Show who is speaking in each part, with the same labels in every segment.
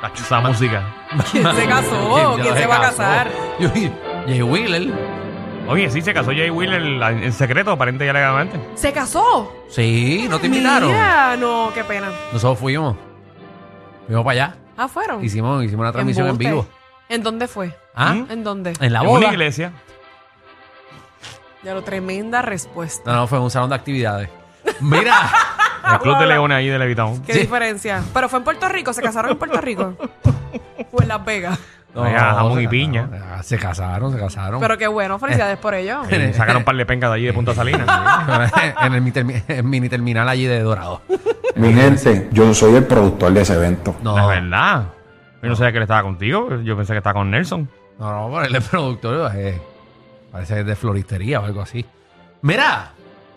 Speaker 1: Ah, esa música.
Speaker 2: ¿Quién se casó?
Speaker 1: Oh, ¿Quién ya
Speaker 2: ¿Quién se va a
Speaker 1: casó?
Speaker 2: casar?
Speaker 1: Yo- Jay Wheeler.
Speaker 3: Oye, sí, se casó Jay Wheeler en, en secreto, aparente y alegadamente.
Speaker 2: ¿Se casó?
Speaker 1: Sí, no te invitaron.
Speaker 2: Mira, no, qué pena.
Speaker 1: Nosotros fuimos. Fuimos para allá.
Speaker 2: Ah, fueron.
Speaker 1: Hicimos, hicimos una transmisión en
Speaker 2: Embuste.
Speaker 1: vivo.
Speaker 2: ¿En dónde fue?
Speaker 1: ¿Ah?
Speaker 3: ¿Mm?
Speaker 2: ¿En dónde?
Speaker 1: En la
Speaker 3: en
Speaker 1: boda.
Speaker 3: una iglesia.
Speaker 2: Ya lo tremenda respuesta.
Speaker 1: No, no, fue en un salón de actividades. Mira.
Speaker 3: En
Speaker 1: Ah,
Speaker 3: el Club de León ahí de Levitown.
Speaker 2: Qué
Speaker 1: Sí.
Speaker 2: diferencia. Pero fue en Puerto Rico, se casaron en Puerto Rico. o en Las Vegas.
Speaker 3: Oiga, jamón
Speaker 1: se
Speaker 3: y
Speaker 1: casaron.
Speaker 3: piña.
Speaker 1: Ah, Se casaron, se casaron.
Speaker 2: Pero qué bueno, felicidades por ello.
Speaker 3: Eh, sacaron un par de pencas de allí de Punta Salinas.
Speaker 1: en el mi termi- en mini terminal allí de Dorado.
Speaker 4: Mi gente, yo soy el productor de ese evento.
Speaker 1: No,
Speaker 3: La
Speaker 1: no,
Speaker 3: verdad. Yo no sabía que él estaba contigo. Yo pensé que estaba con Nelson.
Speaker 1: no, pero él es productor, eh, parece que es de floristería o algo así. Mira,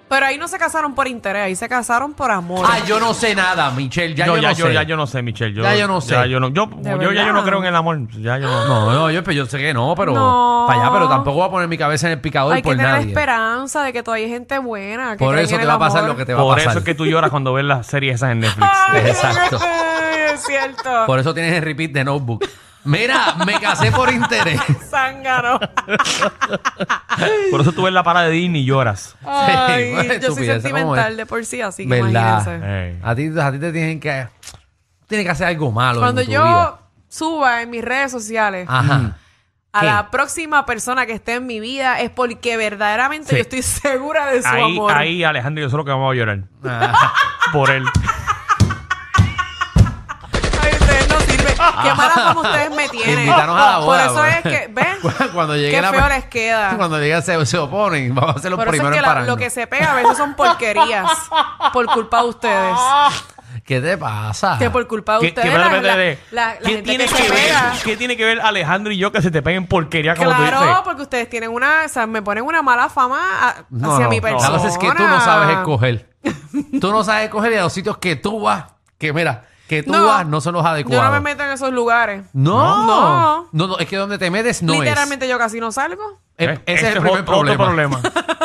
Speaker 2: Pero ahí no se casaron por interés, ahí se casaron por amor.
Speaker 1: ah, yo no sé nada, Michelle, ya
Speaker 3: No,
Speaker 1: yo, no
Speaker 3: yo,
Speaker 1: sé.
Speaker 3: ya yo no sé, Michelle. Yo,
Speaker 1: Ya yo no sé. Ah,
Speaker 3: Ya yo, no, yo,
Speaker 2: De
Speaker 3: yo ya yo no
Speaker 2: verdad.
Speaker 3: creo en el amor. Ya yo no.
Speaker 1: No, no, yo, pero yo sé que no, pero
Speaker 2: No.
Speaker 1: para allá, pero tampoco voy a poner mi cabeza en el picador
Speaker 2: Hay que
Speaker 1: por
Speaker 2: tener
Speaker 1: nadie.
Speaker 2: esperanza de que todavía hay gente buena. Que
Speaker 1: Por
Speaker 2: cree
Speaker 1: eso
Speaker 2: en
Speaker 1: te
Speaker 2: el
Speaker 1: va a pasar
Speaker 2: amor.
Speaker 1: lo que te va a
Speaker 3: Por
Speaker 1: pasar.
Speaker 3: eso es que tú lloras cuando ves las series esas en Netflix.
Speaker 2: Ay,
Speaker 1: Exacto.
Speaker 2: es cierto.
Speaker 1: Por eso tienes el repeat de notebook. Mira, me casé por interés.
Speaker 2: Zángano.
Speaker 3: Por eso tú ves la parada de Disney y lloras.
Speaker 2: Ay,
Speaker 1: bueno,
Speaker 2: yo soy
Speaker 1: estupidez, ¿cómo
Speaker 2: sentimental
Speaker 1: es?
Speaker 2: de por sí, así que imagínense.
Speaker 1: ¿Verdad?
Speaker 3: Eh.
Speaker 1: A ti, a ti te tienen que. Tienes que hacer algo malo.
Speaker 2: Cuando
Speaker 1: en tu
Speaker 2: yo
Speaker 1: vida.
Speaker 2: suba en mis redes sociales
Speaker 1: Ajá.
Speaker 2: a
Speaker 1: ¿qué?
Speaker 2: la próxima persona que esté en mi vida es porque verdaderamente
Speaker 3: Sí.
Speaker 2: yo estoy segura de su
Speaker 3: Ahí,
Speaker 2: amor.
Speaker 3: ahí Alejandro y yo solo que vamos a llorar.
Speaker 1: Ah,
Speaker 3: Por él.
Speaker 2: Ay, ustedes no sirven. Qué mala fama ustedes me tienen.
Speaker 1: Invitaron a la boda.
Speaker 2: Por eso es
Speaker 1: bro.
Speaker 2: que, ¿ven?
Speaker 1: Cuando llegue
Speaker 2: Qué
Speaker 1: la-
Speaker 2: feo les queda.
Speaker 1: Cuando llegue se, se oponen. Vamos a ser los
Speaker 2: Por eso es
Speaker 1: primeros
Speaker 2: que
Speaker 1: en
Speaker 2: la-
Speaker 1: pararnos.
Speaker 2: lo que se pega a veces son porquerías. por culpa de ustedes.
Speaker 1: ¿Qué te pasa?
Speaker 2: Que por culpa de
Speaker 3: ¿Qué-
Speaker 2: ustedes.
Speaker 3: qué-
Speaker 2: la-
Speaker 3: espérate,
Speaker 2: la-
Speaker 3: espérate.
Speaker 2: la- la
Speaker 3: ¿Qué
Speaker 2: gente
Speaker 3: tiene
Speaker 2: que
Speaker 3: que
Speaker 2: se
Speaker 3: ver-
Speaker 2: pega.
Speaker 3: ¿Qué tiene que ver Alejandro y yo que se te peguen porquería como tú dices?
Speaker 2: Claro, porque ustedes tienen una, o sea, me ponen una mala fama a-
Speaker 1: No,
Speaker 2: hacia
Speaker 1: no,
Speaker 2: mi
Speaker 1: no.
Speaker 2: persona.
Speaker 1: La cosa es que tú no sabes escoger. tú no sabes escoger y a los sitios que tú vas, que mira, que tú vas no son los adecuados.
Speaker 2: Yo no me meto en esos lugares.
Speaker 1: No,
Speaker 2: No.
Speaker 1: no, no, es que donde te metes no
Speaker 2: Literalmente yo casi no salgo.
Speaker 1: es. E-
Speaker 3: Eh,
Speaker 1: ese es el
Speaker 3: otro-
Speaker 1: primer
Speaker 3: otro
Speaker 1: problema.
Speaker 3: problema.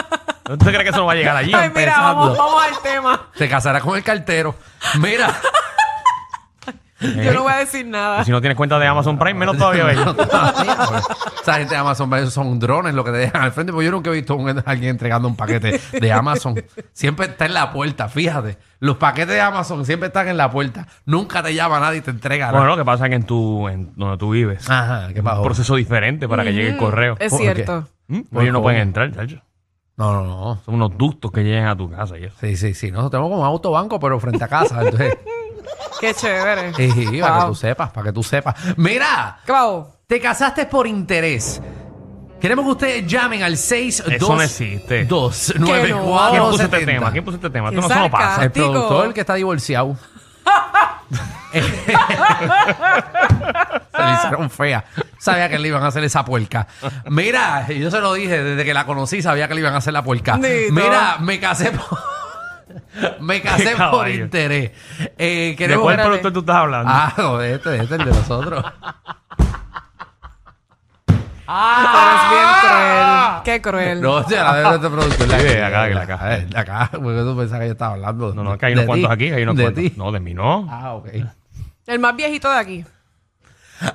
Speaker 3: ¿Tú crees que eso no va a llegar allí?
Speaker 2: Ay, mira, vamos,
Speaker 1: empezando.
Speaker 2: vamos al tema.
Speaker 1: Te casarás con el cartero. Mira.
Speaker 2: Yo no voy a decir nada.
Speaker 3: Y Pues si no tienes cuenta de Amazon Prime, menos todavía ve.
Speaker 1: Esa gente de Amazon, esos son drones lo que te dejan al frente. Porque yo nunca he visto a un- alguien entregando un paquete de Amazon. Siempre está en la puerta, fíjate. Los paquetes de Amazon siempre están en la puerta. Nunca te llama nadie y te entrega nada.
Speaker 3: Bueno, lo que pasa es que en tu, en donde tú vives,
Speaker 1: Ajá, ¿qué pasó?
Speaker 3: un proceso diferente para que llegue el correo.
Speaker 2: Es
Speaker 1: ¿Por
Speaker 2: cierto.
Speaker 3: ¿Mm? Ellos no
Speaker 1: Pues ¿Cómo?
Speaker 3: pueden entrar, chacho.
Speaker 1: No, no, no.
Speaker 3: Son unos ductos que llegan a tu casa y eso.
Speaker 1: Sí, sí, sí. Nosotros tenemos como autobanco, pero frente a casa. Entonces,
Speaker 2: Qué chévere.
Speaker 1: eh, eh, para que
Speaker 2: Wow.
Speaker 1: tú sepas, para que tú sepas. Mira,
Speaker 2: ¿Qué pavo?
Speaker 1: te casaste por interés. Queremos que ustedes llamen al 6
Speaker 3: Eso no existe.
Speaker 2: Ah,
Speaker 3: ¿Quién puso este tema? ¿Quién puso este tema? Esto no, eso no
Speaker 2: Exacto.
Speaker 3: pasa.
Speaker 1: El
Speaker 2: Tico.
Speaker 1: productor que está divorciado. se le hicieron fea. Sabía que le iban a hacer esa puerca. Mira, yo se lo dije desde que la conocí, sabía que le iban a hacer la puerca.
Speaker 2: Dito.
Speaker 1: Mira, me casé por, me casé por
Speaker 3: caballo.
Speaker 1: interés. Eh,
Speaker 3: ¿De
Speaker 1: queremos
Speaker 3: cuál
Speaker 1: ver-
Speaker 3: productor tú estás hablando?
Speaker 1: Ah, no, de este, de este, el de nosotros.
Speaker 2: Ah, pero es bien cruel. Qué cruel.
Speaker 1: No, o sea, la de este productor. La
Speaker 3: Sí,
Speaker 1: que-
Speaker 3: acá,
Speaker 1: la-
Speaker 3: acá.
Speaker 1: eh, acá, porque tú pensabas que yo estaba hablando.
Speaker 3: no, no, es que hay unos
Speaker 1: de
Speaker 3: cuantos
Speaker 1: ti,
Speaker 3: aquí, hay unos
Speaker 1: de
Speaker 3: cuantos.
Speaker 1: ti.
Speaker 3: No, de mí no.
Speaker 1: Ah, ok.
Speaker 2: El más viejito de aquí.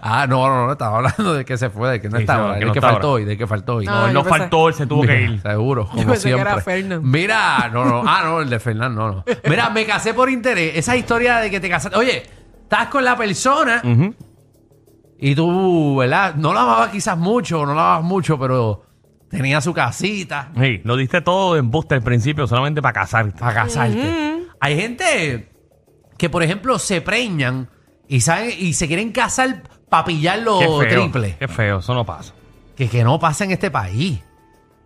Speaker 1: Ah, no, no, no, estaba hablando de que se fue, de que no
Speaker 3: Sí, no,
Speaker 1: estaba, de
Speaker 3: que
Speaker 1: que,
Speaker 3: no está
Speaker 1: faltó
Speaker 3: ahora.
Speaker 1: hoy, de que faltó hoy.
Speaker 2: Ah,
Speaker 3: No, él no
Speaker 2: yo pensé-
Speaker 3: faltó, él se tuvo que ir.
Speaker 1: Seguro, como
Speaker 2: pensé que
Speaker 1: siempre.
Speaker 2: era Fernan.
Speaker 1: Mira, no, no, ah, no, el de Fernán, no, no. Mira, me casé por interés. Esa historia de que te casaste. Oye, estás con la persona
Speaker 3: Ujú.
Speaker 1: y tú, ¿verdad? No la amabas quizás mucho, no la amabas mucho, pero tenía su casita
Speaker 3: Sí, lo diste todo en busta al principio solamente para casarte.
Speaker 1: para casarte. Hay gente que, por ejemplo, se preñan y saben y se quieren casar para pillar
Speaker 3: Qué
Speaker 1: los
Speaker 3: feo.
Speaker 1: triples.
Speaker 3: Qué feo, eso no pasa.
Speaker 1: que, que no pasa en este país.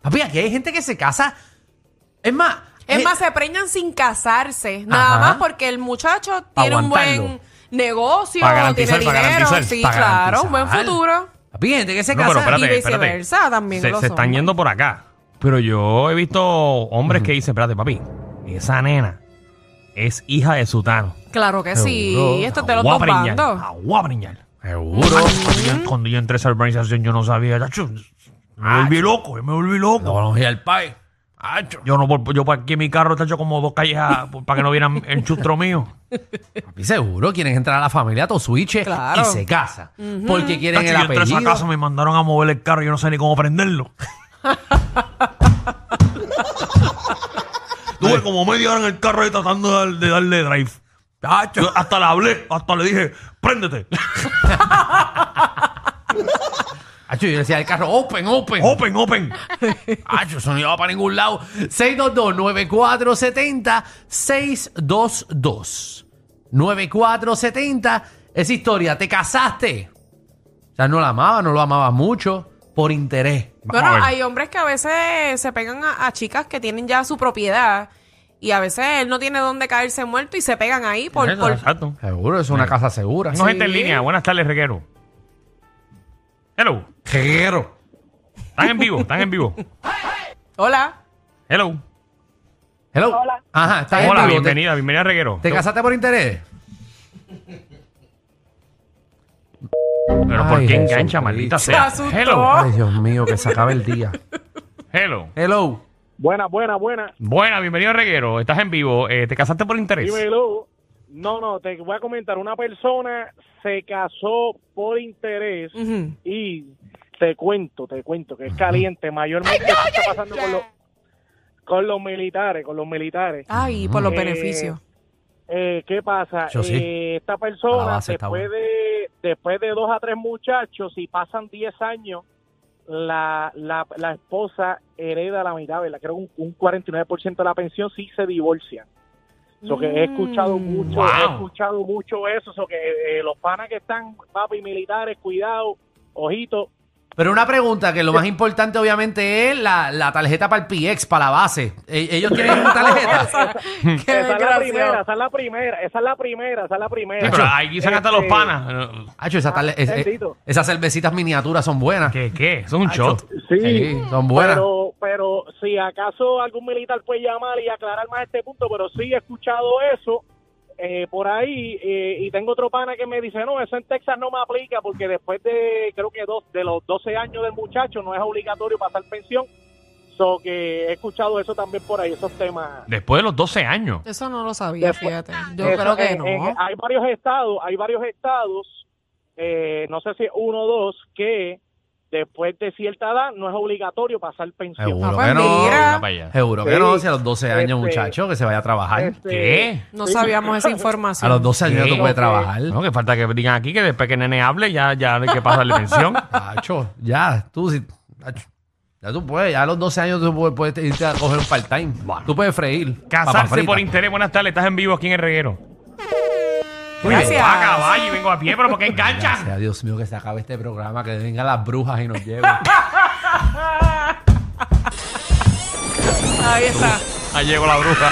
Speaker 1: Papi, aquí hay gente que se casa. Es más,
Speaker 2: Es
Speaker 1: eh,
Speaker 2: más, se preñan sin casarse. Nada
Speaker 1: Ajá.
Speaker 2: más porque el muchacho
Speaker 1: Pa'
Speaker 2: tiene un buen
Speaker 1: aguantarlo.
Speaker 2: negocio,
Speaker 3: Pa' garantizar,
Speaker 2: tiene
Speaker 3: pa'
Speaker 2: dinero.
Speaker 3: garantizar,
Speaker 2: sí,
Speaker 1: pa'
Speaker 2: claro, un buen
Speaker 1: garantizar.
Speaker 2: futuro.
Speaker 1: Papi, hay gente que se
Speaker 3: No,
Speaker 1: casa.
Speaker 3: pero espérate,
Speaker 2: y
Speaker 3: espérate.
Speaker 2: viceversa también
Speaker 3: Se,
Speaker 2: los
Speaker 3: se están
Speaker 2: hombres.
Speaker 3: yendo por acá. Pero yo he visto hombres que dicen, espérate, papi, esa nena es hija de Sutano.
Speaker 2: Claro que sí.
Speaker 1: Seguro.
Speaker 2: Esto es de los
Speaker 3: Agua
Speaker 2: dos
Speaker 3: briñal,
Speaker 2: bandos.
Speaker 3: agua briñal.
Speaker 1: Seguro.
Speaker 3: Cuando yo- Cuando yo
Speaker 2: Ah,
Speaker 3: entré a esa organización yo no sabía, chacho, me volví loco, yo me volví loco.
Speaker 1: No vamos a ir al país. Acho.
Speaker 3: Yo no, por- yo por aquí en mi carro está hecho como dos calles a- por- para que no vieran el chustro mío.
Speaker 1: Papi, seguro quieren entrar a la familia todo switch
Speaker 2: Claro.
Speaker 1: y se casa. Porque quieren
Speaker 3: Tacho,
Speaker 1: el
Speaker 3: yo entré a esa
Speaker 1: apellido.
Speaker 3: casa, me mandaron a mover el carro y yo no sé ni cómo prenderlo. Tuve como media hora en el carro ahí tratando de, dar- de darle drive. Yo hasta le hablé, hasta le dije, préndete,
Speaker 1: Acho, yo le decía al carro, open, open.
Speaker 3: open, open.
Speaker 1: Acho, eso no iba para ningún lado. 622-9470, 622-9470. Es historia, te casaste. O sea, no la amaba, no lo amaba mucho, por interés.
Speaker 3: a
Speaker 2: Bueno,
Speaker 3: ver.
Speaker 2: hay hombres que a veces se pegan a, a chicas que tienen ya su propiedad y a veces él no tiene dónde caerse muerto y se pegan ahí por...
Speaker 3: Eso,
Speaker 2: por-
Speaker 3: Exacto.
Speaker 1: Seguro, es una casa segura.
Speaker 3: Tengo gente en línea. Buenas tardes, Reguero. Hello.
Speaker 1: Jeguero.
Speaker 3: Están en vivo, están en vivo.
Speaker 2: Hola.
Speaker 3: Hello.
Speaker 1: Hello.
Speaker 5: Hola.
Speaker 1: Ajá, está en
Speaker 3: Hola,
Speaker 1: vivo. Te-
Speaker 3: bienvenida, bienvenida a Reguero.
Speaker 1: ¿Te casaste por interés?
Speaker 3: Pero ¿por
Speaker 1: Ay,
Speaker 3: qué
Speaker 1: Jesús
Speaker 3: engancha, maldita
Speaker 1: Cristo.
Speaker 3: sea?
Speaker 2: Se asustó.
Speaker 3: Hello.
Speaker 1: Ay, Dios mío, que se acabe el día.
Speaker 3: Hello.
Speaker 1: Hello.
Speaker 5: Buena, buena, buena.
Speaker 3: Buena, bienvenido a Reguero. Estás en vivo. Eh, ¿Te casaste por interés?
Speaker 5: Dímelo. No, no, te voy a comentar. Una persona se casó por interés
Speaker 2: Ujú.
Speaker 5: y te cuento, te cuento que es caliente. Mayormente eso está pasando con los, con los militares, con los militares.
Speaker 3: Mm.
Speaker 2: Ay, por los
Speaker 5: Eh,
Speaker 2: beneficios.
Speaker 5: Eh, ¿Qué pasa?
Speaker 1: Yo sí.
Speaker 5: Eh, esta
Speaker 1: A la
Speaker 5: persona,
Speaker 1: base está
Speaker 5: después,
Speaker 1: bueno.
Speaker 5: de, después de dos a tres muchachos, si pasan 10 años, la, la, la esposa hereda la mitad, ¿verdad? Creo que un, un 49% de la pensión si se divorcia. So que he escuchado
Speaker 2: Mm.
Speaker 5: mucho,
Speaker 3: Wow.
Speaker 5: he escuchado mucho eso, so que eh, los panas que están, papi, militares, cuidado, ojito,
Speaker 1: Pero una pregunta que lo más importante obviamente es la, la tarjeta para el PX, para la base. E- ellos tienen una tarjeta.
Speaker 2: Qué
Speaker 5: esa es la
Speaker 2: desgraciado.
Speaker 5: primera, esa es la primera, esa es la primera, esa es la
Speaker 3: Sí,
Speaker 5: primera.
Speaker 3: pero ahí se hasta los
Speaker 5: Este,
Speaker 3: panas. Eh,
Speaker 1: Acho, esa tarle- es- es-
Speaker 5: Ah, bendito.
Speaker 1: esas cervecitas miniaturas son buenas.
Speaker 3: ¿Qué, qué? Eso es un
Speaker 1: Acho,
Speaker 3: shot.
Speaker 5: Sí,
Speaker 1: son buenas.
Speaker 5: Pero, pero si acaso algún militar puede llamar y aclarar más este punto, pero sí he escuchado eso eh, por ahí eh, y tengo otro pana que me dice, no, eso en Texas no me aplica porque después de, creo que dos, de los 12 años del muchacho no es obligatorio pasar pensión. So que he escuchado eso también por ahí, esos temas.
Speaker 3: Después de los 12 años.
Speaker 2: Eso no lo sabía,
Speaker 5: Después-
Speaker 2: fíjate. Yo
Speaker 5: Eso,
Speaker 2: creo que
Speaker 5: en-
Speaker 2: no.
Speaker 5: en- hay varios estados, hay varios estados, eh, no sé si uno o dos, que después de cierta edad no es obligatorio pasar pensión.
Speaker 1: Seguro
Speaker 2: Ah, pues
Speaker 1: que no.
Speaker 2: mira.
Speaker 3: Mira para allá.
Speaker 1: Seguro que
Speaker 5: Sí.
Speaker 1: no, si a los 12 años,
Speaker 5: Este-
Speaker 1: muchacho, que se vaya a trabajar.
Speaker 5: Este-
Speaker 3: ¿Qué?
Speaker 2: No
Speaker 5: Sí.
Speaker 2: sabíamos esa información.
Speaker 1: A los 12 años
Speaker 3: Sí.
Speaker 1: tú puedes
Speaker 5: Ok.
Speaker 1: trabajar.
Speaker 3: No, que falta que digan aquí que después que nene hable ya, ya hay que pasarle pensión.
Speaker 1: Acho, ya, tú si, acho, ya tú puedes, ya a los 12 años tú puedes, puedes irte a coger un part-time. Tú puedes freír. papas
Speaker 3: Casarse por
Speaker 1: fritas.
Speaker 3: interés. Buenas tardes, estás en vivo aquí en el Reguero.
Speaker 2: Gracias.
Speaker 3: Vengo a caballo y vengo a pie, pero ¿por qué enganchan?
Speaker 1: Gracias, Dios mío, que se acabe este programa, que vengan las brujas y nos lleven.
Speaker 2: Ahí está.
Speaker 3: Ahí llegó la bruja.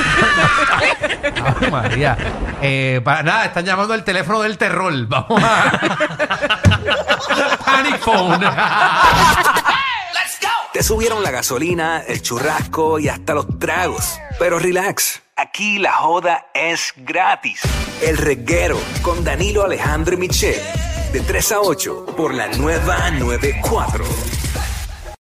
Speaker 1: Ave María. Eh, para nada, están llamando el teléfono del terror. Vamos a. Panic phone.
Speaker 6: Te subieron la gasolina, el churrasco y hasta los tragos. Pero relax, aquí la joda es gratis. El reguero con Danilo Alejandro y Michel, de 3 a 8 por la nueva 94.